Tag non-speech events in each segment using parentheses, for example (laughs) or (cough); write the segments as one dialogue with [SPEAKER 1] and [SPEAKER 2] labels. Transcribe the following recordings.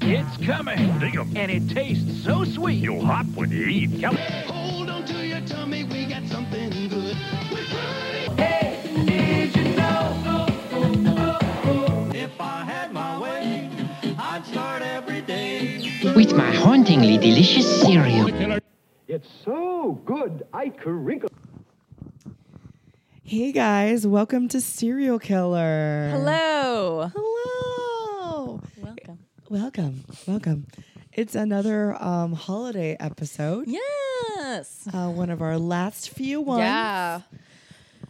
[SPEAKER 1] It's coming.
[SPEAKER 2] Dig 'em.
[SPEAKER 1] And it tastes so sweet.
[SPEAKER 2] You'll hop when you eat.
[SPEAKER 1] Yum.
[SPEAKER 3] Hold on to your tummy, we got something good. We're burning. If I had my way, I'd start every day.
[SPEAKER 4] with my hauntingly delicious cereal.
[SPEAKER 5] It's so good, I could wrinkle.
[SPEAKER 6] Hey guys, welcome to Serial Killer.
[SPEAKER 7] Hello.
[SPEAKER 6] Hello.
[SPEAKER 7] Welcome.
[SPEAKER 6] Welcome. Welcome. It's another um, holiday episode.
[SPEAKER 7] Yes.
[SPEAKER 6] Uh, one of our last few ones.
[SPEAKER 7] Yeah.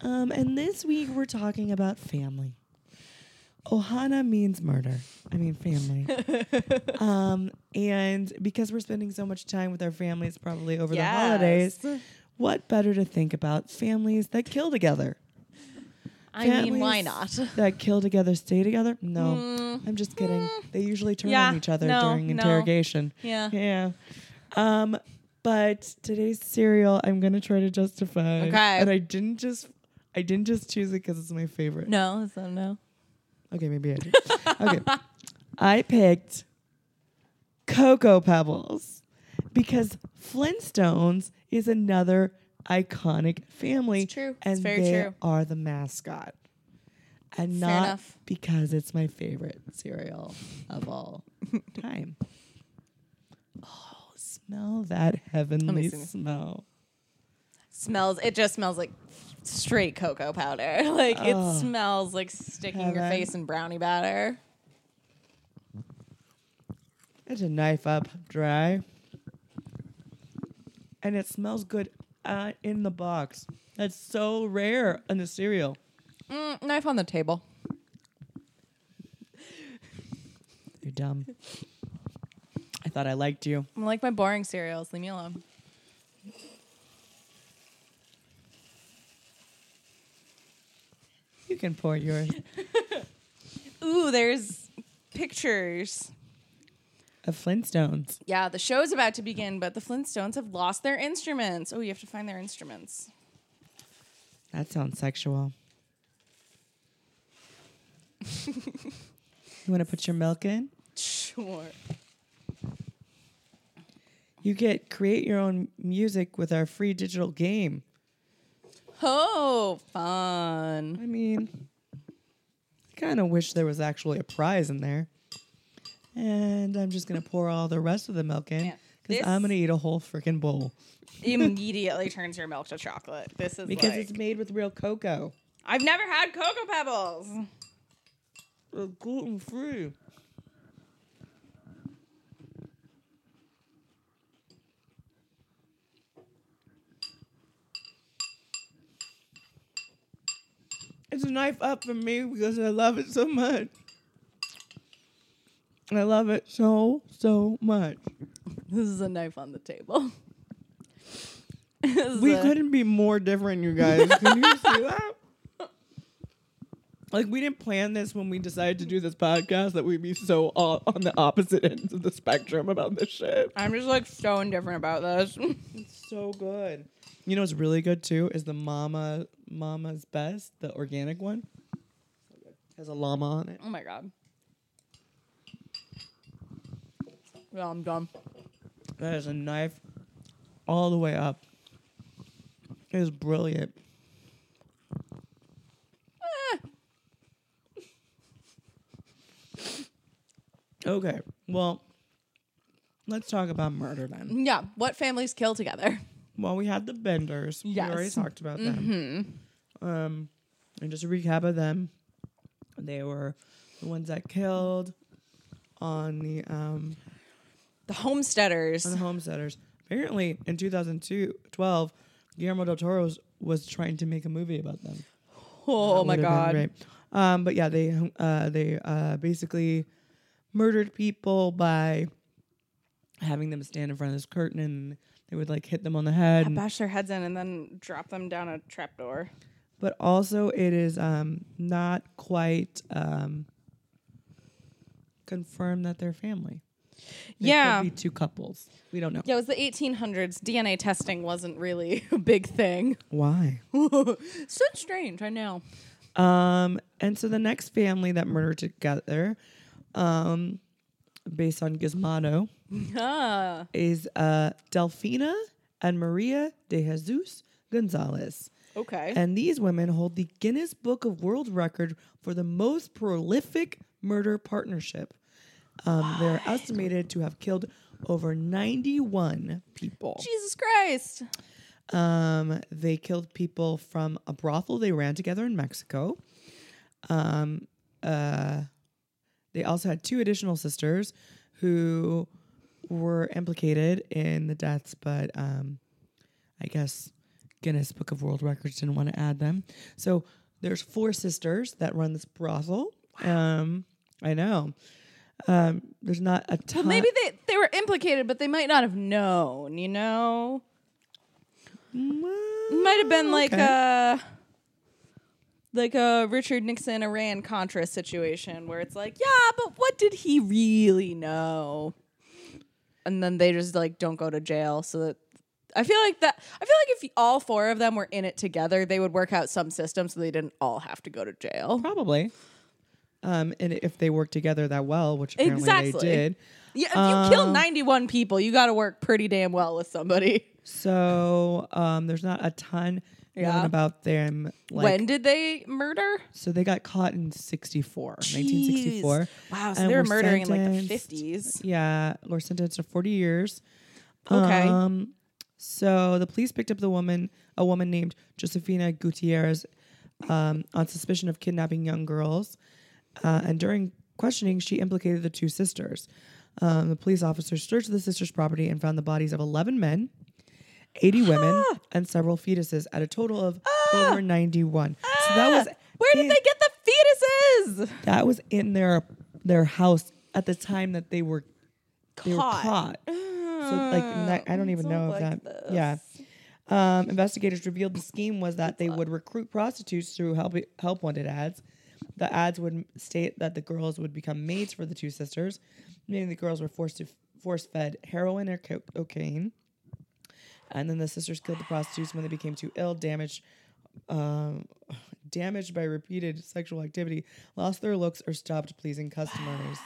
[SPEAKER 6] Um, and this week we're talking about family. Ohana means murder. I mean
[SPEAKER 7] (laughs)
[SPEAKER 6] family. um, and because we're spending so much time with our families probably over
[SPEAKER 7] Yes.
[SPEAKER 6] the holidays, what better to think about families that kill together?
[SPEAKER 7] I mean, why not? (laughs) Mm.
[SPEAKER 6] Families That kill together, stay together? No, I'm just kidding. They usually turn
[SPEAKER 7] Yeah,
[SPEAKER 6] on each other
[SPEAKER 7] no,
[SPEAKER 6] during
[SPEAKER 7] no.
[SPEAKER 6] interrogation.
[SPEAKER 7] Yeah.
[SPEAKER 6] yeah. Um, but today's cereal, I'm gonna try to justify.
[SPEAKER 7] Okay.
[SPEAKER 6] and I didn't just, I didn't just choose it because it's my favorite.
[SPEAKER 7] No, so no.
[SPEAKER 6] Okay, maybe I did. okay,
[SPEAKER 7] (laughs)
[SPEAKER 6] I picked Cocoa Pebbles because Flintstones is another iconic family.
[SPEAKER 7] It's true. It's
[SPEAKER 6] and
[SPEAKER 7] very
[SPEAKER 6] they
[SPEAKER 7] true.
[SPEAKER 6] are the mascot, and not
[SPEAKER 7] enough.
[SPEAKER 6] because it's my favorite cereal of
[SPEAKER 7] (laughs)
[SPEAKER 6] all time. Oh, smell that heavenly
[SPEAKER 7] see.
[SPEAKER 6] smell!
[SPEAKER 7] Smells. It just smells like straight cocoa powder. (laughs) Like it smells like sticking your
[SPEAKER 6] Oh. heaven.
[SPEAKER 7] face in brownie batter.
[SPEAKER 6] It's a knife up dry. And it smells good uh, in the box. That's so rare in the cereal.
[SPEAKER 7] Mm, knife on the table.
[SPEAKER 6] You're dumb. I thought I liked you.
[SPEAKER 7] I'm like my boring cereals. Leave me alone.
[SPEAKER 6] You can pour uh, yours
[SPEAKER 7] Ooh, there's pictures.
[SPEAKER 6] of Flintstones.
[SPEAKER 7] Yeah, the show's about to begin, but the Flintstones have lost their instruments. Oh, you have to find their instruments.
[SPEAKER 6] That sounds sexual. (laughs) you want to put your milk in?
[SPEAKER 7] Sure.
[SPEAKER 6] You get create your own music with our free digital game.
[SPEAKER 7] Oh, fun.
[SPEAKER 6] I mean, I kind of wish there was actually a prize in there. And I'm just going to pour all the rest of the milk in
[SPEAKER 7] Man,
[SPEAKER 6] because
[SPEAKER 7] this-
[SPEAKER 6] I'm going to eat a whole freaking bowl
[SPEAKER 7] Immediately turns your milk to chocolate. This is
[SPEAKER 6] because
[SPEAKER 7] like-
[SPEAKER 6] it's made with real cocoa.
[SPEAKER 7] I've never had Cocoa Pebbles.
[SPEAKER 6] Gluten free. It's a knife up for me because I love it so much. I love it so, so much.
[SPEAKER 7] This is a knife on the table. (laughs) This is
[SPEAKER 6] We
[SPEAKER 7] a-
[SPEAKER 6] couldn't be more different, you guys. Can (laughs) you see that? Like we didn't plan this when we decided to do this podcast that we'd be so all on the opposite ends of the spectrum about this shit.
[SPEAKER 7] I'm just like so indifferent about this.
[SPEAKER 6] It's so good. You know what's really good too is the Mama Mama's Best, the organic one. Has a llama on it.
[SPEAKER 7] (laughs) oh my god. Yeah, I'm done.
[SPEAKER 6] That is a knife all the way up. It is brilliant. Ah. okay, well, let's talk about murder then.
[SPEAKER 7] Yeah, what families kill together?
[SPEAKER 6] Well, we had the benders. We already
[SPEAKER 7] Yes.
[SPEAKER 6] talked about them. Um, and just a recap of them. They were the ones that killed on the um,
[SPEAKER 7] The homesteaders.
[SPEAKER 6] on the homesteaders. Apparently, in 2012, Guillermo del Toro was trying to make a movie about them.
[SPEAKER 7] Oh my
[SPEAKER 6] Would've been
[SPEAKER 7] god.
[SPEAKER 6] great. Um, but yeah, they uh, they uh, basically murdered people by having them stand in front of this curtain, and they would like hit them on the head. and-
[SPEAKER 7] Bash their heads in and then drop them down a trapdoor.
[SPEAKER 6] but also, it is um, not quite um, confirmed that they're family. They could
[SPEAKER 7] Yeah.
[SPEAKER 6] be two couples. We don't know
[SPEAKER 7] Yeah, it was the 1800s. DNA testing wasn't really (laughs) a big thing.
[SPEAKER 6] why.
[SPEAKER 7] So strange, I know.
[SPEAKER 6] Um, and so the next family that murdered together um, based on Gizmodo,
[SPEAKER 7] Ah,
[SPEAKER 6] is uh, Delphina and Maria de Jesus Gonzalez.
[SPEAKER 7] okay.
[SPEAKER 6] And these women hold the Guinness Book of World Record for the most prolific murder partnership. Um, they're estimated to have killed over 91 people.
[SPEAKER 7] Jesus Christ.
[SPEAKER 6] Um, they killed people from a brothel they ran together in Mexico. Um, uh, they also had two additional sisters who were implicated in the deaths, but um, I guess Guinness Book of World Records didn't want to add them. So there's four sisters that run this brothel. Um, I know. Um, there's not a ton.
[SPEAKER 7] Maybe they, they were implicated, but they might not have known, you know? Might have been like
[SPEAKER 6] okay.
[SPEAKER 7] a like a Richard Nixon Iran Contra situation where it's like, yeah, but what did he really know? And then they just like don't go to jail so that I feel like that I feel like if all four of them were in it together, they would work out some system so they didn't all have to go to jail.
[SPEAKER 6] Probably. Um, and if they work together that well, which apparently
[SPEAKER 7] Exactly.
[SPEAKER 6] they did.
[SPEAKER 7] Yeah, if you kill 91 people, you got to work pretty damn well with somebody.
[SPEAKER 6] So um, there's not a ton known
[SPEAKER 7] Yeah.
[SPEAKER 6] about them. Like,
[SPEAKER 7] when did they murder?
[SPEAKER 6] So they got caught in 64, 1964.
[SPEAKER 7] Wow, so
[SPEAKER 6] and
[SPEAKER 7] they were
[SPEAKER 6] were
[SPEAKER 7] murdering in like the
[SPEAKER 6] sentenced-
[SPEAKER 7] 50s.
[SPEAKER 6] Yeah, were sentenced to 40 years.
[SPEAKER 7] Okay.
[SPEAKER 6] Um, so the police picked up the woman, a woman named Josefina Gutierrez, um, on suspicion of kidnapping young girls. Uh, and during questioning, she implicated the two sisters. Um, the police officers searched the sisters' property and found the bodies of 11 men, 80
[SPEAKER 7] (gasps)
[SPEAKER 6] women, and several fetuses at a total of over 91. So that was
[SPEAKER 7] Ah!
[SPEAKER 6] e-
[SPEAKER 7] Where did
[SPEAKER 6] in-
[SPEAKER 7] they get the fetuses?
[SPEAKER 6] that was in their their house at the time that they were they were
[SPEAKER 7] Caught.
[SPEAKER 6] caught. So like ni- I don't even
[SPEAKER 7] so
[SPEAKER 6] know if
[SPEAKER 7] like
[SPEAKER 6] that yeah. Um, investigators revealed the scheme was that they would recruit prostitutes through help help wanted ads. The ads would state that the girls would become maids for the two sisters, meaning the girls were forced to force fed heroin or co- cocaine. And then the sisters killed the prostitutes when they became too ill, damaged, um, damaged by repeated sexual activity, lost their looks, or stopped pleasing customers.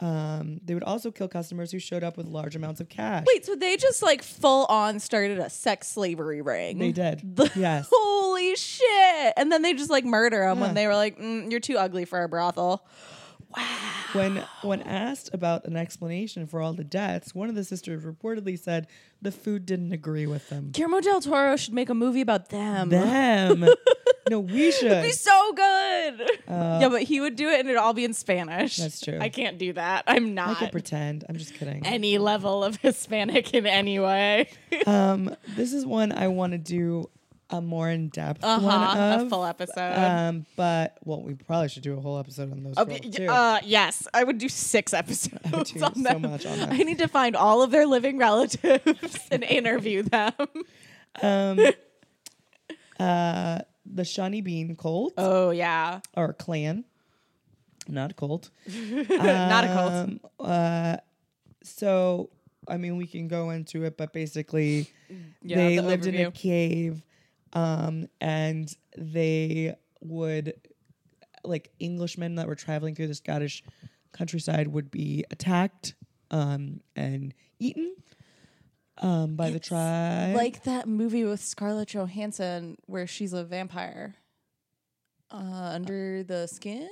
[SPEAKER 6] Um, they would also kill customers who showed up with large amounts of cash.
[SPEAKER 7] Wait, so they just like full on started a sex slavery ring.
[SPEAKER 6] They did.
[SPEAKER 7] (laughs)
[SPEAKER 6] yes.
[SPEAKER 7] Holy shit. And then they just like murder them
[SPEAKER 6] Yeah.
[SPEAKER 7] when they were like, mm, you're too ugly for a brothel.
[SPEAKER 6] When when asked about an explanation for all the deaths, one of the sisters reportedly said the food didn't agree with them.
[SPEAKER 7] Guillermo del Toro should make a movie about them.
[SPEAKER 6] Them. no, we should.
[SPEAKER 7] It'd be so good. yeah, but he would do it and it'd all be in Spanish.
[SPEAKER 6] Uh, That's true.
[SPEAKER 7] I can't do that. I'm
[SPEAKER 6] I
[SPEAKER 7] not
[SPEAKER 6] could pretend. I'm just kidding.
[SPEAKER 7] any level of (laughs) Hispanic in any way.
[SPEAKER 6] Um, this is one I want to do a more in depth one
[SPEAKER 7] Uh-huh,
[SPEAKER 6] of.
[SPEAKER 7] a full episode.
[SPEAKER 6] um, but well, we probably should do a whole episode on those
[SPEAKER 7] Uh,
[SPEAKER 6] girls
[SPEAKER 7] y-
[SPEAKER 6] too.
[SPEAKER 7] uh, yes, I would do six episodes
[SPEAKER 6] do
[SPEAKER 7] on
[SPEAKER 6] so
[SPEAKER 7] them.
[SPEAKER 6] much on them.
[SPEAKER 7] I need to find all of their living relatives (laughs) and interview them.
[SPEAKER 6] um, uh, the Shawnee Bean cult
[SPEAKER 7] Oh yeah,
[SPEAKER 6] or clan, not a cult.
[SPEAKER 7] not a cult.
[SPEAKER 6] Um, uh, so, I mean, we can go into it, but basically,
[SPEAKER 7] Yeah,
[SPEAKER 6] they
[SPEAKER 7] the
[SPEAKER 6] lived in a
[SPEAKER 7] overview.
[SPEAKER 6] cave, um, and they would, like, Englishmen that were traveling through the Scottish countryside would be attacked um, and eaten um, by the tribe.
[SPEAKER 7] Like that movie with Scarlett Johansson where she's a vampire. Uh, under the skin.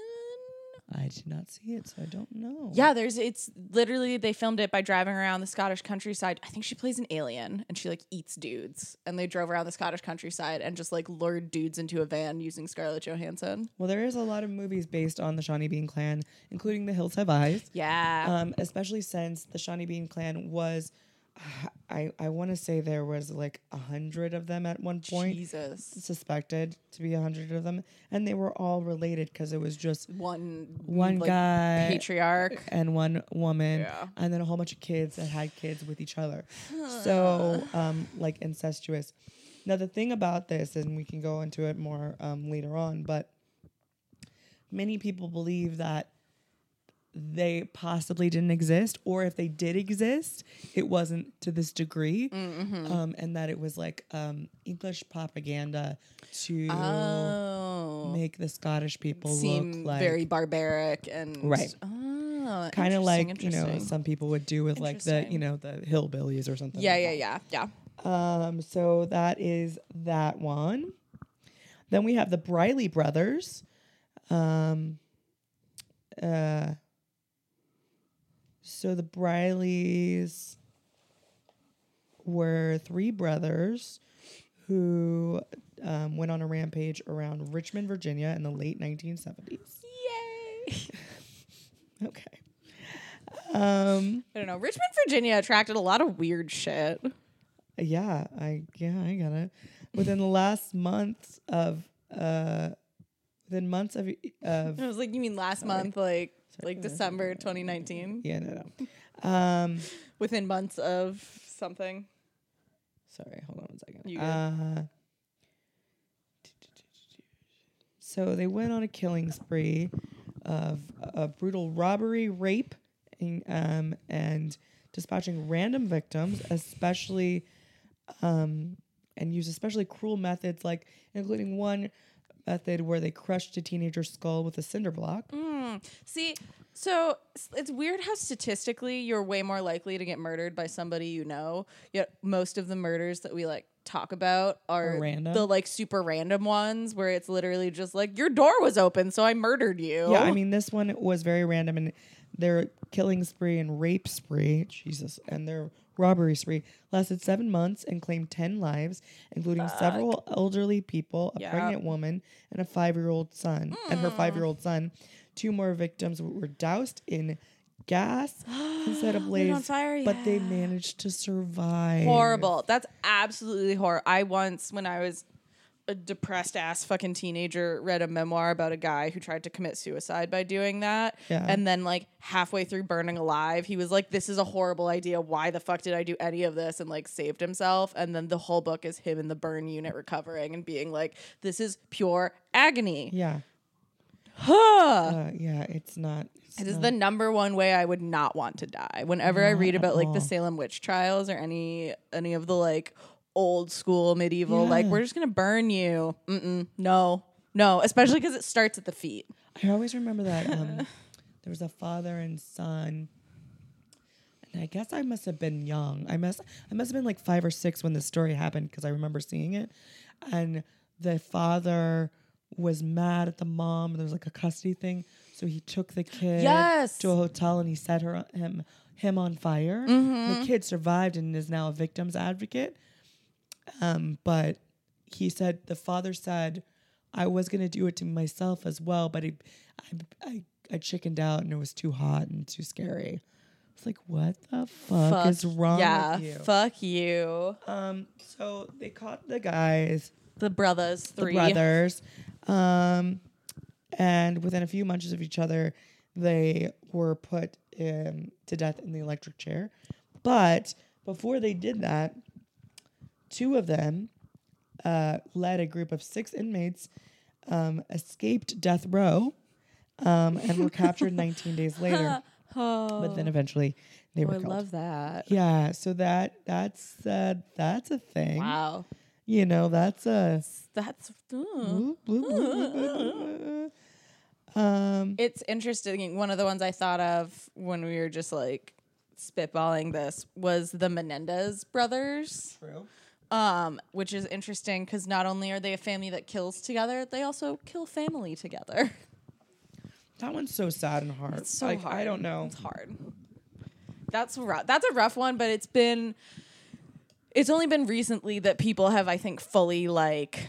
[SPEAKER 6] I did not see it, so I don't know.
[SPEAKER 7] Yeah, there's. It's literally they filmed it by driving around the Scottish countryside. I think she plays an alien and she like eats dudes. And they drove around the Scottish countryside and just like lured dudes into a van using Scarlett Johansson.
[SPEAKER 6] Well, there is a lot of movies based on the Shawnee Bean Clan, including The Hills Have Eyes.
[SPEAKER 7] Yeah.
[SPEAKER 6] um, especially since the Shawnee Bean clan was, I I want to say there was like a hundred of them at one point,
[SPEAKER 7] Jesus.
[SPEAKER 6] suspected to be a hundred of them, and they were all related because it was just
[SPEAKER 7] One
[SPEAKER 6] one
[SPEAKER 7] like,
[SPEAKER 6] guy
[SPEAKER 7] patriarch.
[SPEAKER 6] and one woman, and then a whole bunch of kids that had kids with each other, so um, like incestuous. Now the thing about this, and we can go into it more um, later on, but many people believe that they possibly didn't exist, or if they did exist, it wasn't to this degree,
[SPEAKER 7] Mm-hmm.
[SPEAKER 6] um, and that it was like um, English propaganda to
[SPEAKER 7] Oh.
[SPEAKER 6] make the Scottish people
[SPEAKER 7] Seem
[SPEAKER 6] look like
[SPEAKER 7] very barbaric and
[SPEAKER 6] Right.
[SPEAKER 7] Oh. Oh,
[SPEAKER 6] kind of
[SPEAKER 7] interesting,
[SPEAKER 6] like you know
[SPEAKER 7] interesting.
[SPEAKER 6] some people would do with like the you
[SPEAKER 7] Interesting.
[SPEAKER 6] know the hillbillies or something.
[SPEAKER 7] Yeah,
[SPEAKER 6] like
[SPEAKER 7] yeah,
[SPEAKER 6] that.
[SPEAKER 7] yeah, yeah. (laughs)
[SPEAKER 6] Um, so that is that one. Then we have the Briley brothers. Um, uh, so the Brileys were three brothers who um, went on a rampage around Richmond, Virginia in the late 1970s.
[SPEAKER 7] Yay!
[SPEAKER 6] Okay. Um,
[SPEAKER 7] I don't know. Richmond, Virginia attracted a lot of weird shit.
[SPEAKER 6] Yeah, I yeah, I got it. Within the last months of uh within months of
[SPEAKER 7] (laughs)
[SPEAKER 6] of
[SPEAKER 7] I was like, you mean last month, like like December 2019,
[SPEAKER 6] yeah, no, no. Um
[SPEAKER 7] within months of something.
[SPEAKER 6] sorry, hold on one second.
[SPEAKER 7] You good?
[SPEAKER 6] Uh so they went on a killing spree of a brutal robbery, rape, and, um, and dispatching random victims, especially um, and used especially cruel methods, like including one method where they crushed a teenager's skull with a cinder block.
[SPEAKER 7] See, so s- it's weird how statistically you're way more likely to get murdered by somebody you know. Yet most of the murders that we like talk about are
[SPEAKER 6] Are random.
[SPEAKER 7] the like super random ones where it's literally just like your door was open, so I murdered you.
[SPEAKER 6] Yeah, I mean this one was very random, and their killing spree and rape spree, Jesus, and their robbery spree lasted seven months and claimed ten lives, including several elderly people, a
[SPEAKER 7] Yeah. Mm.
[SPEAKER 6] pregnant woman, and a five-year-old son, and her five-year-old son. Two more victims were doused in
[SPEAKER 7] (gasps)
[SPEAKER 6] gas instead of
[SPEAKER 7] Lit
[SPEAKER 6] lays,
[SPEAKER 7] on fire,
[SPEAKER 6] but they
[SPEAKER 7] yeah.
[SPEAKER 6] managed to survive.
[SPEAKER 7] horrible. That's absolutely horrible. I once, when I was a depressed ass fucking teenager, read a memoir about a guy who tried to commit suicide by doing that.
[SPEAKER 6] Yeah.
[SPEAKER 7] And then, like, halfway through burning alive, he was like, This is a horrible idea. Why the fuck did I do any of this? And like, saved himself. And then the whole book is him in the burn unit recovering and being like, This is pure agony.
[SPEAKER 6] Yeah,
[SPEAKER 7] Huh.
[SPEAKER 6] uh, yeah, it's not. It's
[SPEAKER 7] It is
[SPEAKER 6] not-
[SPEAKER 7] the number one way I would not want to die. Whenever I read about like the Salem witch trials or any any of the like old school medieval, like
[SPEAKER 6] Yeah.
[SPEAKER 7] we're just gonna burn you. Mm-mm, no, no, especially because it starts at the feet.
[SPEAKER 6] I always remember that um, there was a father and son, and I guess I must have been young. I must I must have been like five or six when this story happened because I remember seeing it, and the father was mad at the mom. There was like a custody thing, so he took the kid
[SPEAKER 7] Yes.
[SPEAKER 6] to a hotel and he set her him him on fire. The kid survived and is now a victim's advocate. Um, but he said the father said I was gonna do it to myself as well, but it, I, I I chickened out and it was too hot and too scary. It's like what the fuck, is wrong
[SPEAKER 7] yeah,
[SPEAKER 6] with you?
[SPEAKER 7] fuck you.
[SPEAKER 6] um, so they caught the guys,
[SPEAKER 7] The brothers
[SPEAKER 6] the
[SPEAKER 7] three.
[SPEAKER 6] brothers, um, and within a few months of each other, they were put um, to death in the electric chair. But before they did that, two of them uh, led a group of six inmates, um, escaped death row, um, and were captured 19
[SPEAKER 7] (laughs)
[SPEAKER 6] days later. But then eventually they were
[SPEAKER 7] Oh. I
[SPEAKER 6] killed.
[SPEAKER 7] love that.
[SPEAKER 6] yeah, so that that's uh, that's a thing.
[SPEAKER 7] Wow,
[SPEAKER 6] You know, that's a
[SPEAKER 7] that's. mm.
[SPEAKER 6] Ooh, blue, blue, blue, blue, blue, blue. Um,
[SPEAKER 7] It's interesting. One of the ones I thought of when we were just like spitballing this was the Menendez brothers. True. Um, which is interesting because not only are they a family that kills together, they also kill family together. (laughs)
[SPEAKER 6] that one's so sad and hard.
[SPEAKER 7] It's so
[SPEAKER 6] Like,
[SPEAKER 7] hard.
[SPEAKER 6] I don't know.
[SPEAKER 7] It's hard. That's rough. That's a rough one, but it's been. It's only been recently that people have, I think, fully like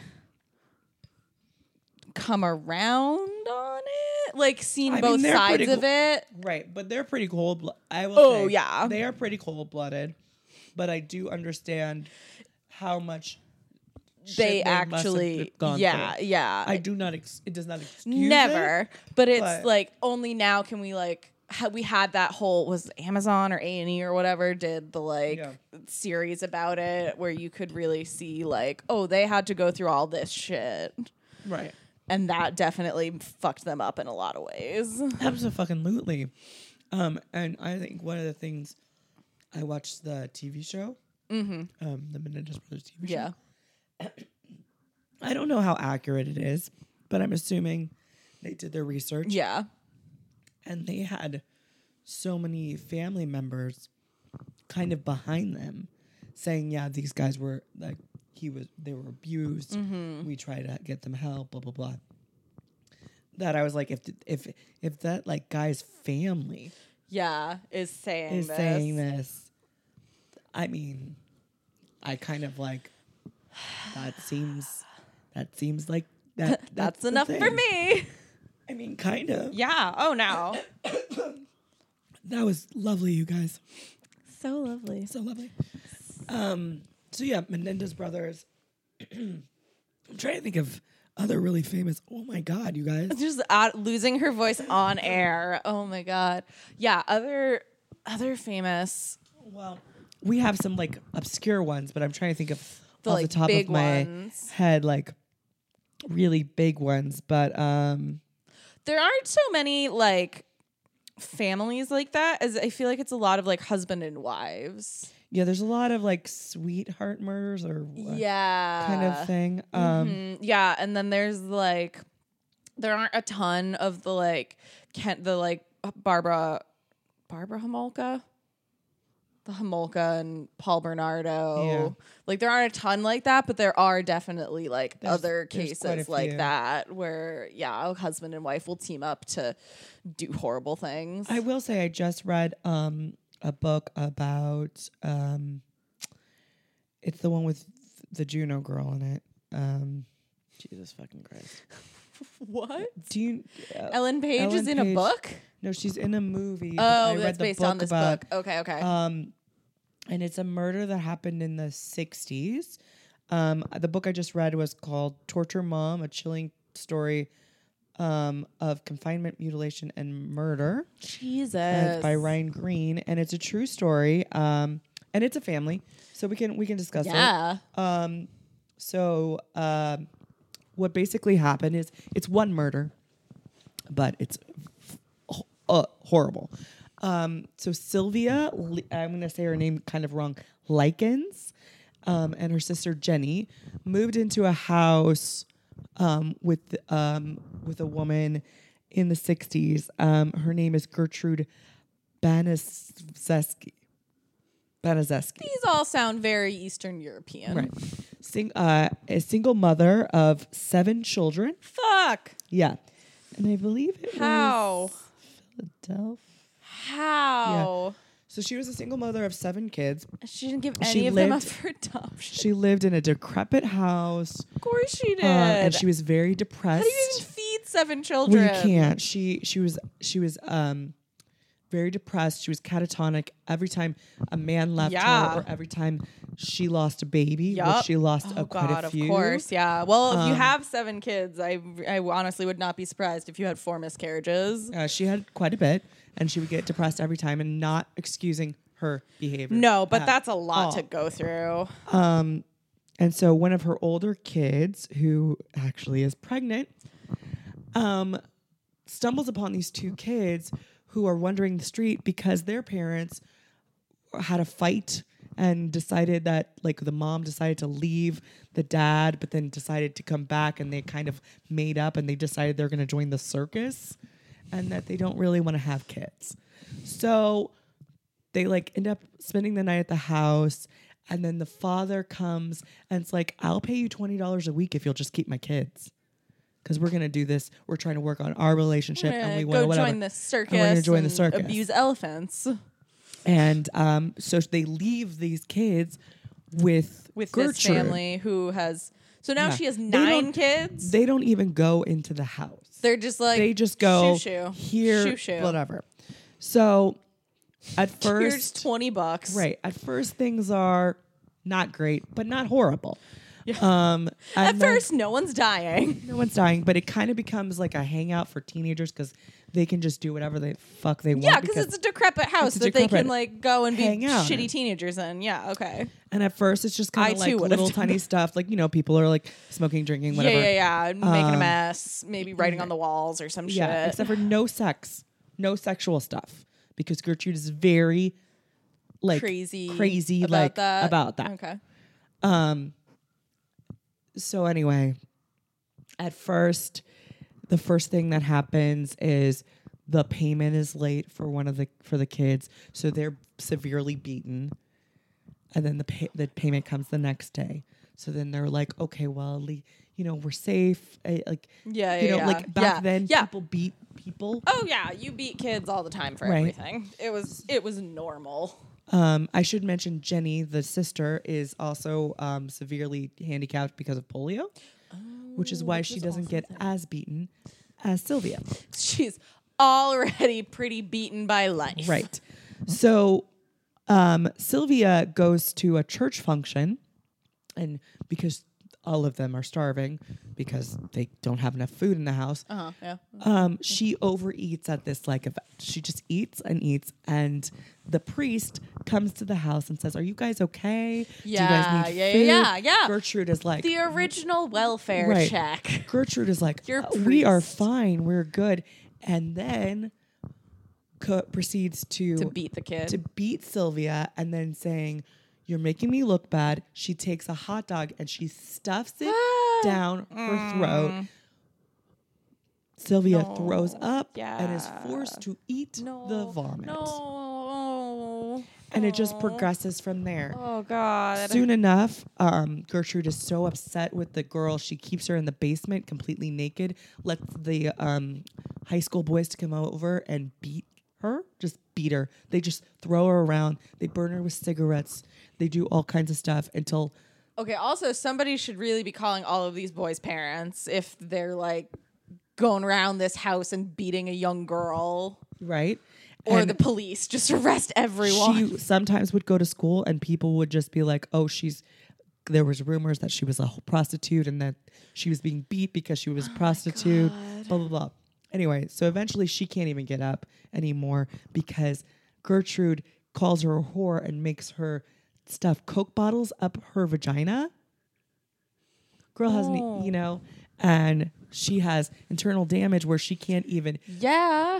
[SPEAKER 7] come around on it, like seen
[SPEAKER 6] I mean,
[SPEAKER 7] both
[SPEAKER 6] they're
[SPEAKER 7] sides
[SPEAKER 6] pretty
[SPEAKER 7] of
[SPEAKER 6] cool.
[SPEAKER 7] it.
[SPEAKER 6] Right, but they're pretty cold. blo- I will.
[SPEAKER 7] Oh,
[SPEAKER 6] say,
[SPEAKER 7] yeah.
[SPEAKER 6] they are pretty cold blooded, but I do understand how much shit
[SPEAKER 7] they
[SPEAKER 6] must have
[SPEAKER 7] actually
[SPEAKER 6] gone
[SPEAKER 7] yeah
[SPEAKER 6] through.
[SPEAKER 7] yeah
[SPEAKER 6] I do not. Ex- it does not excuse
[SPEAKER 7] never
[SPEAKER 6] it.
[SPEAKER 7] but it's
[SPEAKER 6] but-
[SPEAKER 7] like only now can we like ha- we had that whole was amazon or a&e or whatever did the like
[SPEAKER 6] Yeah.
[SPEAKER 7] series about it where you could really see like oh they had to go through all this shit
[SPEAKER 6] Right.
[SPEAKER 7] and that definitely fucked them up in a lot of ways
[SPEAKER 6] Absolutely. Um, and I think one of the things I watched the TV show, mm-hmm. um, the Menendez Brothers TV show.
[SPEAKER 7] yeah
[SPEAKER 6] I don't know how accurate it is, but I'm assuming they did their research
[SPEAKER 7] yeah
[SPEAKER 6] and they had so many family members kind of behind them saying, yeah, these guys were like, he was, they were abused. We try to get them help, blah, blah, blah. That I was like, if, if, if that like guy's family
[SPEAKER 7] Yeah, is saying
[SPEAKER 6] is
[SPEAKER 7] this.
[SPEAKER 6] saying this, I mean, I kind of like, that seems, that seems like that.
[SPEAKER 7] (laughs) That's,
[SPEAKER 6] the
[SPEAKER 7] enough for
[SPEAKER 6] thing. (laughs)
[SPEAKER 7] me.
[SPEAKER 6] I mean, kind of.
[SPEAKER 7] Yeah. Oh no.
[SPEAKER 6] That was lovely, you guys.
[SPEAKER 7] (laughs) so lovely.
[SPEAKER 6] So lovely. Um, so yeah, Menendez brothers. (clears throat) I'm trying to think of other really famous. Oh my god, you guys.
[SPEAKER 7] Just uh, losing her voice on air. Oh my god. Yeah. Other other famous
[SPEAKER 6] Well, we have some like obscure ones, but I'm trying to think of
[SPEAKER 7] The,
[SPEAKER 6] off
[SPEAKER 7] like,
[SPEAKER 6] the top
[SPEAKER 7] big
[SPEAKER 6] of my
[SPEAKER 7] ones.
[SPEAKER 6] head, like really big ones. But um,
[SPEAKER 7] there aren't so many like families like that as i feel like it's a lot of like husband and wives
[SPEAKER 6] yeah, there's a lot of like sweetheart murders or uh,
[SPEAKER 7] yeah
[SPEAKER 6] kind of thing. Um,
[SPEAKER 7] Mm, yeah and then there's like there aren't a ton of the like kent the like barbara barbara homolka the homolka and paul bernardo
[SPEAKER 6] Yeah.
[SPEAKER 7] like there aren't a ton like that but there are definitely like
[SPEAKER 6] There's-
[SPEAKER 7] other
[SPEAKER 6] there's quite a
[SPEAKER 7] cases like
[SPEAKER 6] few.
[SPEAKER 7] that where yeah a husband and wife will team up to do horrible things
[SPEAKER 6] I will say I just read um a book about um it's the one with the Juno girl in it. Um Jesus fucking Christ.
[SPEAKER 7] what
[SPEAKER 6] Do you uh,
[SPEAKER 7] Ellen Page
[SPEAKER 6] Ellen
[SPEAKER 7] is in a
[SPEAKER 6] Page-
[SPEAKER 7] book.
[SPEAKER 6] No, she's in a movie. but
[SPEAKER 7] Oh,
[SPEAKER 6] I read
[SPEAKER 7] that's
[SPEAKER 6] the
[SPEAKER 7] based
[SPEAKER 6] book
[SPEAKER 7] on this
[SPEAKER 6] about,
[SPEAKER 7] book. Okay, okay.
[SPEAKER 6] Um and it's a murder that happened in the 60s. Um the book I just read was called Torture Mom: A Chilling Story um, of Confinement, Mutilation and Murder.
[SPEAKER 7] Jesus.
[SPEAKER 6] and it's by Ryan Green, and it's a true story. Um, and it's a family, so we can we can discuss it.
[SPEAKER 7] Yeah.
[SPEAKER 6] So, um, what basically happened is it's one murder, but it's ho- uh, horrible. Um, so Sylvia, Li- I'm going to say her name kind of wrong, Likens, um, and her sister Jenny moved into a house um, with um, with a woman in the 60s. Um, her name is Gertrude Banaseski. Banaseski.
[SPEAKER 7] These all sound very Eastern European.
[SPEAKER 6] Right. Sing, uh, a single mother of seven children.
[SPEAKER 7] Fuck.
[SPEAKER 6] Yeah. And I believe it
[SPEAKER 7] How?
[SPEAKER 6] was Philadelphia.
[SPEAKER 7] How?
[SPEAKER 6] So she was a single mother of seven kids.
[SPEAKER 7] She didn't give
[SPEAKER 6] She
[SPEAKER 7] any of them up
[SPEAKER 6] lived-
[SPEAKER 7] for adoption.
[SPEAKER 6] (laughs) She lived in a decrepit house.
[SPEAKER 7] Of course she did.
[SPEAKER 6] um, and she was very
[SPEAKER 7] How
[SPEAKER 6] depressed.
[SPEAKER 7] do you even feed seven children?
[SPEAKER 6] well, you can't. She she was she was um very depressed. She was catatonic every time a man left
[SPEAKER 7] Yeah.
[SPEAKER 6] her or every time she lost a baby. which
[SPEAKER 7] Yup.
[SPEAKER 6] she lost
[SPEAKER 7] Oh
[SPEAKER 6] uh, quite
[SPEAKER 7] God,
[SPEAKER 6] a few.
[SPEAKER 7] of course, yeah. Well, if you
[SPEAKER 6] Um,
[SPEAKER 7] have seven kids, I, I honestly would not be surprised if you had four miscarriages.
[SPEAKER 6] Uh, she had quite a bit, and she would get depressed every time, and not excusing her behavior.
[SPEAKER 7] No, but
[SPEAKER 6] at
[SPEAKER 7] that's a lot to
[SPEAKER 6] all.
[SPEAKER 7] go through.
[SPEAKER 6] Um, and so one of her older kids, who actually is pregnant, um, stumbles upon these two kids who are wandering the street because their parents had a fight and decided that like the mom decided to leave the dad but then decided to come back and they kind of made up and they decided they're going to join the circus and that they don't really want to have kids so they like end up spending the night at the house and then the father comes and it's like i'll pay you $20 a week if you'll just keep my kids because we're going to do this we're trying to work on our relationship and
[SPEAKER 7] Eh,
[SPEAKER 6] we want
[SPEAKER 7] go
[SPEAKER 6] to whatever
[SPEAKER 7] join the circus.
[SPEAKER 6] we're gonna join the
[SPEAKER 7] and
[SPEAKER 6] circus.
[SPEAKER 7] Abuse elephants.
[SPEAKER 6] and um, so they leave these kids with
[SPEAKER 7] with
[SPEAKER 6] Gertrude.
[SPEAKER 7] this family who has so now
[SPEAKER 6] Yeah.
[SPEAKER 7] she has
[SPEAKER 6] They don't-
[SPEAKER 7] nine kids.
[SPEAKER 6] They don't even go into the house.
[SPEAKER 7] They're just like
[SPEAKER 6] They just go
[SPEAKER 7] shoo, shoo.
[SPEAKER 6] here,
[SPEAKER 7] shoo, shoo.
[SPEAKER 6] whatever. So at
[SPEAKER 7] Here's
[SPEAKER 6] first,
[SPEAKER 7] twenty bucks.
[SPEAKER 6] right? At first, things are not great, but not horrible. Um,
[SPEAKER 7] (laughs) At
[SPEAKER 6] and then-
[SPEAKER 7] first, no one's dying.
[SPEAKER 6] no one's dying, but it kind of becomes like a hangout for teenagers because they can just do whatever they fuck they want.
[SPEAKER 7] Yeah, because it's a decrepit house
[SPEAKER 6] a
[SPEAKER 7] that they
[SPEAKER 6] decrepit-
[SPEAKER 7] can like go and be
[SPEAKER 6] hang out
[SPEAKER 7] shitty
[SPEAKER 6] in.
[SPEAKER 7] teenagers in. Yeah, okay.
[SPEAKER 6] and at first it's just kind
[SPEAKER 7] I,
[SPEAKER 6] of
[SPEAKER 7] too,
[SPEAKER 6] like
[SPEAKER 7] would've
[SPEAKER 6] little
[SPEAKER 7] done
[SPEAKER 6] tiny stuff, like you know, people are like smoking, drinking, whatever.
[SPEAKER 7] Yeah, yeah, yeah. Making a
[SPEAKER 6] Um,
[SPEAKER 7] mess, maybe writing on the walls or some
[SPEAKER 6] Yeah,
[SPEAKER 7] shit.
[SPEAKER 6] except for no sex, no sexual stuff, because Gertrude is very like
[SPEAKER 7] crazy,
[SPEAKER 6] crazy
[SPEAKER 7] about
[SPEAKER 6] like
[SPEAKER 7] that.
[SPEAKER 6] about that.
[SPEAKER 7] Okay.
[SPEAKER 6] Um. So anyway, at first, the first thing that happens is the payment is late for one of the for the kids, so they're severely beaten. And then the pay, the payment comes the next day. So then they're like, okay, well, le- you know, we're safe. I, like,
[SPEAKER 7] Yeah,
[SPEAKER 6] you
[SPEAKER 7] yeah,
[SPEAKER 6] know,
[SPEAKER 7] yeah.
[SPEAKER 6] like back
[SPEAKER 7] Yeah,
[SPEAKER 6] then,
[SPEAKER 7] yeah.
[SPEAKER 6] people beat people.
[SPEAKER 7] Oh yeah, you beat kids all the time for
[SPEAKER 6] Right.
[SPEAKER 7] everything. It was it was normal.
[SPEAKER 6] Um, I should mention Jenny, the sister, is also um, severely handicapped because of polio, Oh, which is why she doesn't get as beaten as Sylvia. (laughs)
[SPEAKER 7] She's already pretty beaten by life.
[SPEAKER 6] Right. So um, Sylvia goes to a church function, and because all of them are starving because they don't have enough food in the house,
[SPEAKER 7] Uh-huh, yeah.
[SPEAKER 6] um, she overeats at this like event. She just eats and eats, and the priest comes to the house and says, "Are you guys okay?
[SPEAKER 7] Yeah,
[SPEAKER 6] Do you guys need
[SPEAKER 7] yeah,
[SPEAKER 6] food?"
[SPEAKER 7] yeah, yeah.
[SPEAKER 6] Gertrude is like,
[SPEAKER 7] The original welfare
[SPEAKER 6] mm, Right.
[SPEAKER 7] check.
[SPEAKER 6] Gertrude is like,
[SPEAKER 7] Your
[SPEAKER 6] "Uh, "We are
[SPEAKER 7] priest."
[SPEAKER 6] fine. We're good," and then co- proceeds to
[SPEAKER 7] To beat the kid.
[SPEAKER 6] to beat Sylvia and then saying, You're making me look bad. She takes a hot dog and she stuffs
[SPEAKER 7] (gasps)
[SPEAKER 6] it down her
[SPEAKER 7] Mm.
[SPEAKER 6] throat. Sylvia throws up and is forced to eat the vomit.
[SPEAKER 7] No.
[SPEAKER 6] And it just progresses from there.
[SPEAKER 7] Oh god.
[SPEAKER 6] Soon enough, um, Gertrude is so upset with the girl. She keeps her in the basement completely naked, lets the um, high school boys to come over and beat her, just beat her. They just throw her around. They burn her with cigarettes. They do all kinds of stuff until
[SPEAKER 7] Okay, also somebody should really be calling all of these boys' parents if they're like going around this house and beating a young girl
[SPEAKER 6] right.
[SPEAKER 7] or
[SPEAKER 6] And
[SPEAKER 7] the police. Just arrest everyone.
[SPEAKER 6] she sometimes would go to school and people would just be like, "Oh, she's." There was rumors that she was a prostitute and that she was being beat because she was a prostitute. Blah blah blah. Anyway, so eventually she can't even get up anymore because Gertrude calls her a whore and makes her stuff coke bottles up her vagina. Girl hasn't, you know, and she has internal damage where she can't even
[SPEAKER 7] yeah.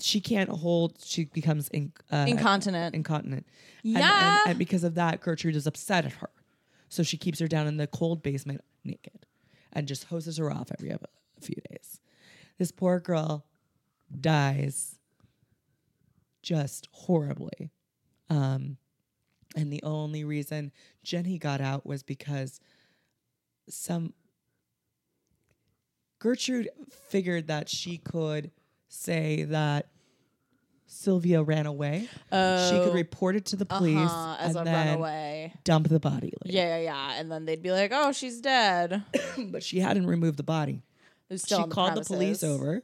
[SPEAKER 6] she can't hold. She becomes in, uh,
[SPEAKER 7] Incontinent.
[SPEAKER 6] Incontinent. And-
[SPEAKER 7] Yeah.
[SPEAKER 6] And, and, because of that, Gertrude is upset at her, so she keeps her down in the cold basement naked, and just hoses her off every other few days. This poor girl dies just horribly. Um, and the only reason Jenny got out was because some Gertrude figured that she could say that Sylvia ran away. she could
[SPEAKER 7] Oh.
[SPEAKER 6] report it to the police
[SPEAKER 7] Uh-huh, as
[SPEAKER 6] and
[SPEAKER 7] a
[SPEAKER 6] then
[SPEAKER 7] runaway.
[SPEAKER 6] dump the body. later.
[SPEAKER 7] Yeah, yeah, yeah. And then they'd be like, "Oh,
[SPEAKER 6] (coughs)
[SPEAKER 7] she's dead."
[SPEAKER 6] but she hadn't removed the body.
[SPEAKER 7] Who's still
[SPEAKER 6] she
[SPEAKER 7] on the
[SPEAKER 6] called the police
[SPEAKER 7] premises.
[SPEAKER 6] over,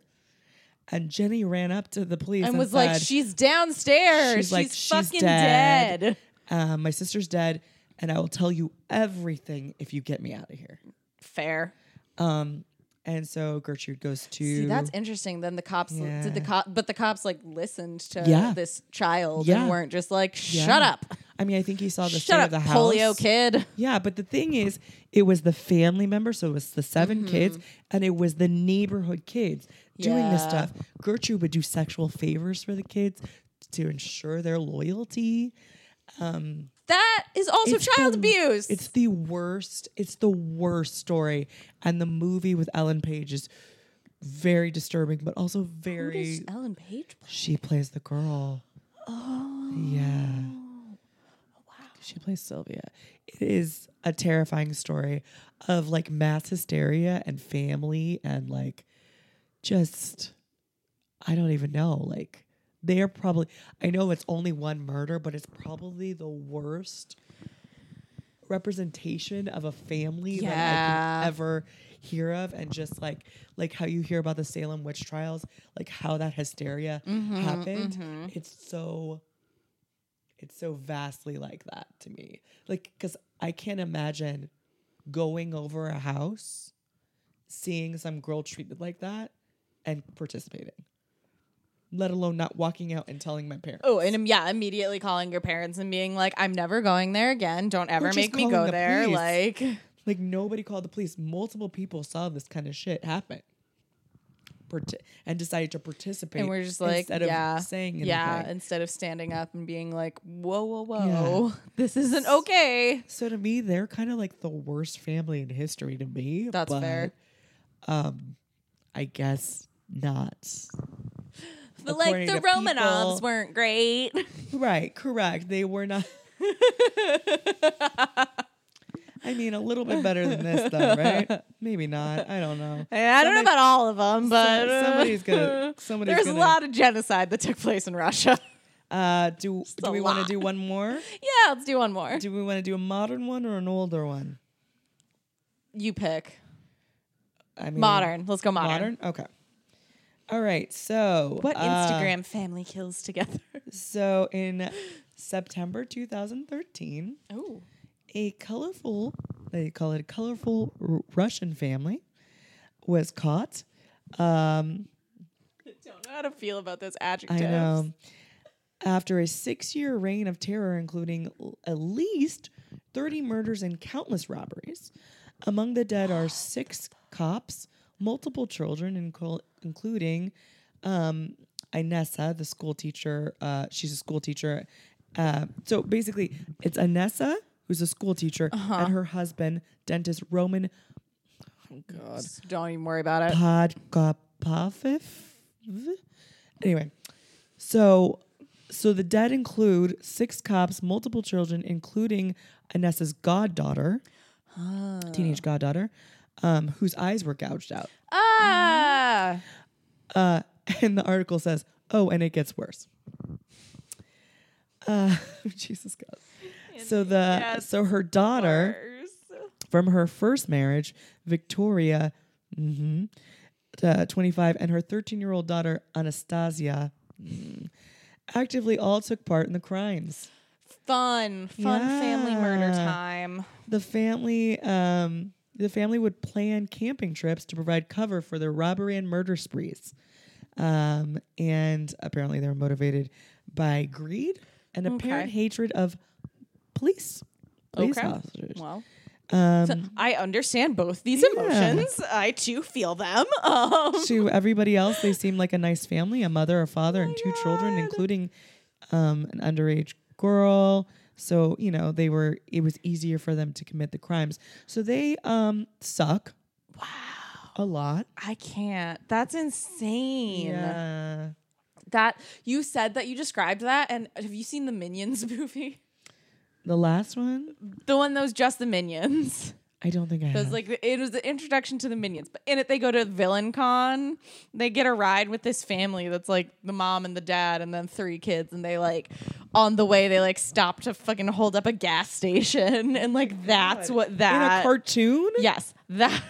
[SPEAKER 6] and Jenny ran up to the police
[SPEAKER 7] and,
[SPEAKER 6] and,
[SPEAKER 7] was like,
[SPEAKER 6] said,
[SPEAKER 7] "She's downstairs.
[SPEAKER 6] She's
[SPEAKER 7] She's,
[SPEAKER 6] like, "She's
[SPEAKER 7] fucking
[SPEAKER 6] dead."
[SPEAKER 7] dead.
[SPEAKER 6] um, "My sister's dead, and I will tell you everything if you get me out of here."
[SPEAKER 7] Fair.
[SPEAKER 6] Um, and so Gertrude goes to
[SPEAKER 7] See, that's interesting. Then the cops did the
[SPEAKER 6] Yeah.
[SPEAKER 7] cop, but the cops like listened to
[SPEAKER 6] Yeah.
[SPEAKER 7] this child
[SPEAKER 6] Yeah.
[SPEAKER 7] and weren't just like,
[SPEAKER 6] Yeah.
[SPEAKER 7] "Shut up,
[SPEAKER 6] I mean, I think he saw the state
[SPEAKER 7] shut up,
[SPEAKER 6] of the house.
[SPEAKER 7] polio kid."
[SPEAKER 6] Yeah, but the thing is, it was the family member, so it was the 7
[SPEAKER 7] Mm-hmm.
[SPEAKER 6] kids, and it was the neighborhood kids doing this
[SPEAKER 7] Yeah.
[SPEAKER 6] stuff. Gertrude would do sexual favors for the kids to ensure their loyalty.
[SPEAKER 7] That is also
[SPEAKER 6] It's
[SPEAKER 7] child
[SPEAKER 6] the-
[SPEAKER 7] abuse.
[SPEAKER 6] It's the worst. It's the worst story, and the movie with Ellen Page is very disturbing, but also
[SPEAKER 7] Who does
[SPEAKER 6] very.
[SPEAKER 7] Ellen Page. play?
[SPEAKER 6] She plays the girl. Oh. Yeah. She plays Sylvia. It is a terrifying story of like mass hysteria and family and like just I don't even know. Like they're probably I know it's only one murder, but it's probably the worst representation of a family that I
[SPEAKER 7] Yeah.
[SPEAKER 6] could ever hear of and just like like how you hear about the Salem witch trials, like how that hysteria happened. It's so it's so vastly like that to me. Like cuz I can't imagine going over a house seeing some girl treated like that and participating. Let alone not walking out and telling my parents.
[SPEAKER 7] Oh, and um, yeah, immediately calling your parents and being like, "I'm never going there again. Don't ever
[SPEAKER 6] just
[SPEAKER 7] make me
[SPEAKER 6] calling
[SPEAKER 7] go
[SPEAKER 6] the
[SPEAKER 7] there."
[SPEAKER 6] police.
[SPEAKER 7] Like,
[SPEAKER 6] Like nobody called the police. Multiple people saw this kind of shit happen. Parti- and decided to participate.
[SPEAKER 7] and we're just like,
[SPEAKER 6] instead
[SPEAKER 7] "Yeah,
[SPEAKER 6] of saying
[SPEAKER 7] yeah."
[SPEAKER 6] anything.
[SPEAKER 7] Instead of standing up and being like, "Whoa, whoa, whoa, this isn't okay."
[SPEAKER 6] So to me, they're kind of like the worst family in history to me.
[SPEAKER 7] That's
[SPEAKER 6] but,
[SPEAKER 7] fair.
[SPEAKER 6] Um, I guess not.
[SPEAKER 7] But
[SPEAKER 6] according
[SPEAKER 7] like the
[SPEAKER 6] to
[SPEAKER 7] Romanovs
[SPEAKER 6] people.
[SPEAKER 7] weren't (laughs) great.
[SPEAKER 6] Right, correct. They were not. (laughs) I mean, a little bit better than this, though, right? Maybe not. I don't know.
[SPEAKER 7] I don't know
[SPEAKER 6] Somebody-
[SPEAKER 7] about all of them, but uh, (laughs)
[SPEAKER 6] somebody's gonna- somebody's
[SPEAKER 7] There's
[SPEAKER 6] gonna-
[SPEAKER 7] a lot of genocide that took place in Russia. (laughs)
[SPEAKER 6] Uh, do do
[SPEAKER 7] a
[SPEAKER 6] we want
[SPEAKER 7] lot.
[SPEAKER 6] to do one more?
[SPEAKER 7] yeah, let's do one more.
[SPEAKER 6] Do we want to do a modern one or an older one?
[SPEAKER 7] you pick
[SPEAKER 6] I mean,
[SPEAKER 7] modern. Let's go modern.
[SPEAKER 6] Modern. Okay. All right. So
[SPEAKER 7] What
[SPEAKER 6] uh,
[SPEAKER 7] Instagram family kills together? (laughs)
[SPEAKER 6] so in September 2013,
[SPEAKER 7] Oh,
[SPEAKER 6] a colorful they call it a colorful R- Russian family was caught. Um,
[SPEAKER 7] don't know how to feel about those
[SPEAKER 6] I
[SPEAKER 7] adjectives.
[SPEAKER 6] know. After a six year reign of terror, including l- at least 30 murders and countless robberies, among the dead are six cops, multiple children, incl- including um, Inessa, the school teacher. Uh, she's a school teacher. Uh, so basically, it's Inessa, who's a school teacher, and her husband, dentist Roman
[SPEAKER 7] Just don't even worry about it.
[SPEAKER 6] Podkopafif. Anyway, so so the dead include six cops, multiple children, including Anessa's goddaughter, teenage goddaughter, um, whose eyes were gouged out. (laughs)
[SPEAKER 7] Ah,
[SPEAKER 6] And the article says, "Oh, and it gets worse." Uh, (laughs) Jesus God. So the so her daughter from her first marriage, Victoria, mhm, uh, 25, and her 13 year old daughter, Anastasia, mm, actively all took part in the crimes.
[SPEAKER 7] fun, fun family murder
[SPEAKER 6] Yeah.
[SPEAKER 7] time.
[SPEAKER 6] The family, um, the family would plan camping trips to provide cover for their robbery and murder sprees. Um, and apparently they were motivated by greed and apparent
[SPEAKER 7] Okay.
[SPEAKER 6] hatred of police. Police
[SPEAKER 7] Okay.
[SPEAKER 6] officers.
[SPEAKER 7] Well,
[SPEAKER 6] Um,
[SPEAKER 7] I understand both these
[SPEAKER 6] Yeah.
[SPEAKER 7] emotions. I too feel them. (laughs)
[SPEAKER 6] (laughs)
[SPEAKER 7] Um,
[SPEAKER 6] to everybody else, they seem like a nice family a mother, a father, and two children,
[SPEAKER 7] God.
[SPEAKER 6] including um, an underage girl. So, you know, they were, it was easier for them to commit the crimes. So they um, suck. Wow. A lot.
[SPEAKER 7] I can't. That's insane.
[SPEAKER 6] Yeah.
[SPEAKER 7] That you said that you described that, and have you seen the Minions (laughs) movie?
[SPEAKER 6] The last one,
[SPEAKER 7] The one that was just the Minions.
[SPEAKER 6] I don't think I
[SPEAKER 7] It
[SPEAKER 6] have.
[SPEAKER 7] was like it was the introduction to the Minions, but in it they go to Villain Con. They get a ride with this family that's like the mom and the dad and then three kids, and they like on the way they like stop to fucking hold up a gas station, (laughs) and like that's what
[SPEAKER 6] in
[SPEAKER 7] that
[SPEAKER 6] a cartoon?
[SPEAKER 7] Yes, that's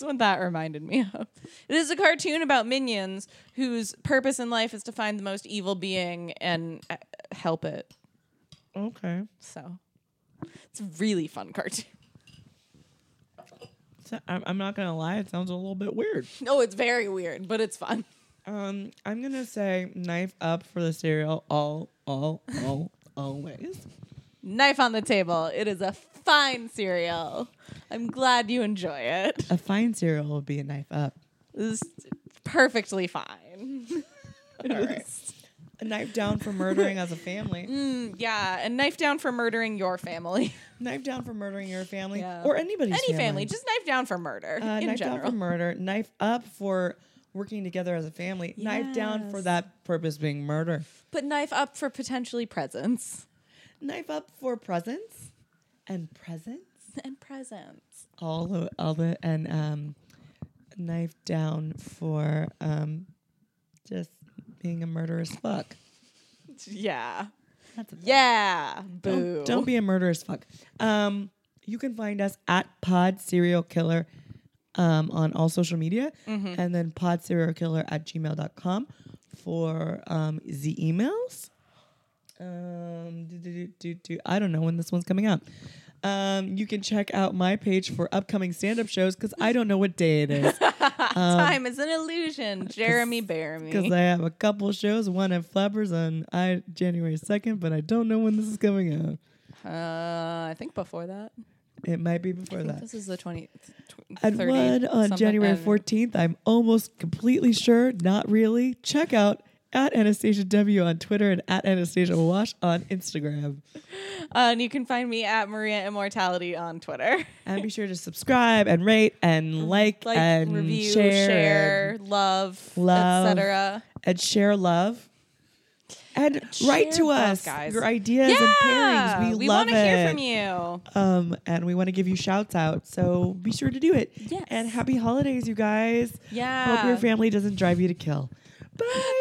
[SPEAKER 7] what that reminded me of. It is a cartoon about minions whose purpose in life is to find the most evil being and uh, help it.
[SPEAKER 6] Okay.
[SPEAKER 7] So it's a really fun cartoon. (laughs)
[SPEAKER 6] So I'm, I'm not going to lie. It sounds a little bit weird.
[SPEAKER 7] No, it's very weird, but it's fun.
[SPEAKER 6] Um, I'm going to say knife up for the cereal all, all, all, (laughs) always.
[SPEAKER 7] Knife on the table. It is a fine cereal. I'm glad you enjoy it.
[SPEAKER 6] A fine cereal would be a knife up.
[SPEAKER 7] It's perfectly fine.
[SPEAKER 6] (laughs)
[SPEAKER 7] It's-
[SPEAKER 6] a knife down for murdering as a family,
[SPEAKER 7] (laughs) mm, yeah, and knife down for murdering your family.
[SPEAKER 6] knife down for murdering your family
[SPEAKER 7] Yeah.
[SPEAKER 6] or anybody's
[SPEAKER 7] Any family, just knife down for murder
[SPEAKER 6] uh,
[SPEAKER 7] in
[SPEAKER 6] knife
[SPEAKER 7] general.
[SPEAKER 6] down for murder, knife up for working together as a family, knife down for
[SPEAKER 7] Yes.
[SPEAKER 6] that purpose being murder,
[SPEAKER 7] But knife up for potentially presents
[SPEAKER 6] knife up for presents and presents,
[SPEAKER 7] (laughs) and presents.
[SPEAKER 6] all the all the and um, knife down for um, just being a murderous fuck.
[SPEAKER 7] Yeah.
[SPEAKER 6] That's a
[SPEAKER 7] Yeah. Boo.
[SPEAKER 6] Don't, don't be a murderous fuck. Um, you can find us at Pod Serial Killer um, on all social media and then pod serial killer at gmail.com for um, the emails. Um, do, do, do, do, do. I don't know when this one's coming out. Um, you can check out my page for upcoming stand up shows because I don't know what day it is. um,
[SPEAKER 7] Time is an illusion. Jeremy bear
[SPEAKER 6] Because
[SPEAKER 7] me.
[SPEAKER 6] uh, I have a couple shows, one at Flappers on I, January 2nd, but I don't know when this is coming out.
[SPEAKER 7] uh, I think before that.
[SPEAKER 6] It might be before that.
[SPEAKER 7] This is the 20th. Tw-
[SPEAKER 6] At
[SPEAKER 7] 30
[SPEAKER 6] one on
[SPEAKER 7] something,
[SPEAKER 6] January
[SPEAKER 7] and
[SPEAKER 6] 14th, I'm almost completely sure, not really. Check out at Anastasia W on Twitter and at Anastasia Wash on Instagram.
[SPEAKER 7] Uh, and you can find me at Maria Immortality on Twitter. (laughs)
[SPEAKER 6] And be sure to subscribe and rate and like,
[SPEAKER 7] Mm-hmm. Like,
[SPEAKER 6] and
[SPEAKER 7] review,
[SPEAKER 6] share,
[SPEAKER 7] share, love,
[SPEAKER 6] Love.
[SPEAKER 7] etc.
[SPEAKER 6] and share love. And write
[SPEAKER 7] share
[SPEAKER 6] to
[SPEAKER 7] love,
[SPEAKER 6] us
[SPEAKER 7] guys.
[SPEAKER 6] your ideas and
[SPEAKER 7] Yeah,
[SPEAKER 6] pairings. We,
[SPEAKER 7] we
[SPEAKER 6] love
[SPEAKER 7] want
[SPEAKER 6] it.
[SPEAKER 7] to hear from you.
[SPEAKER 6] Um, and we want to give you shouts out. So be sure to do it.
[SPEAKER 7] Yes.
[SPEAKER 6] And happy holidays, you guys.
[SPEAKER 7] Yeah.
[SPEAKER 6] Hope your family doesn't drive you to kill. Bye.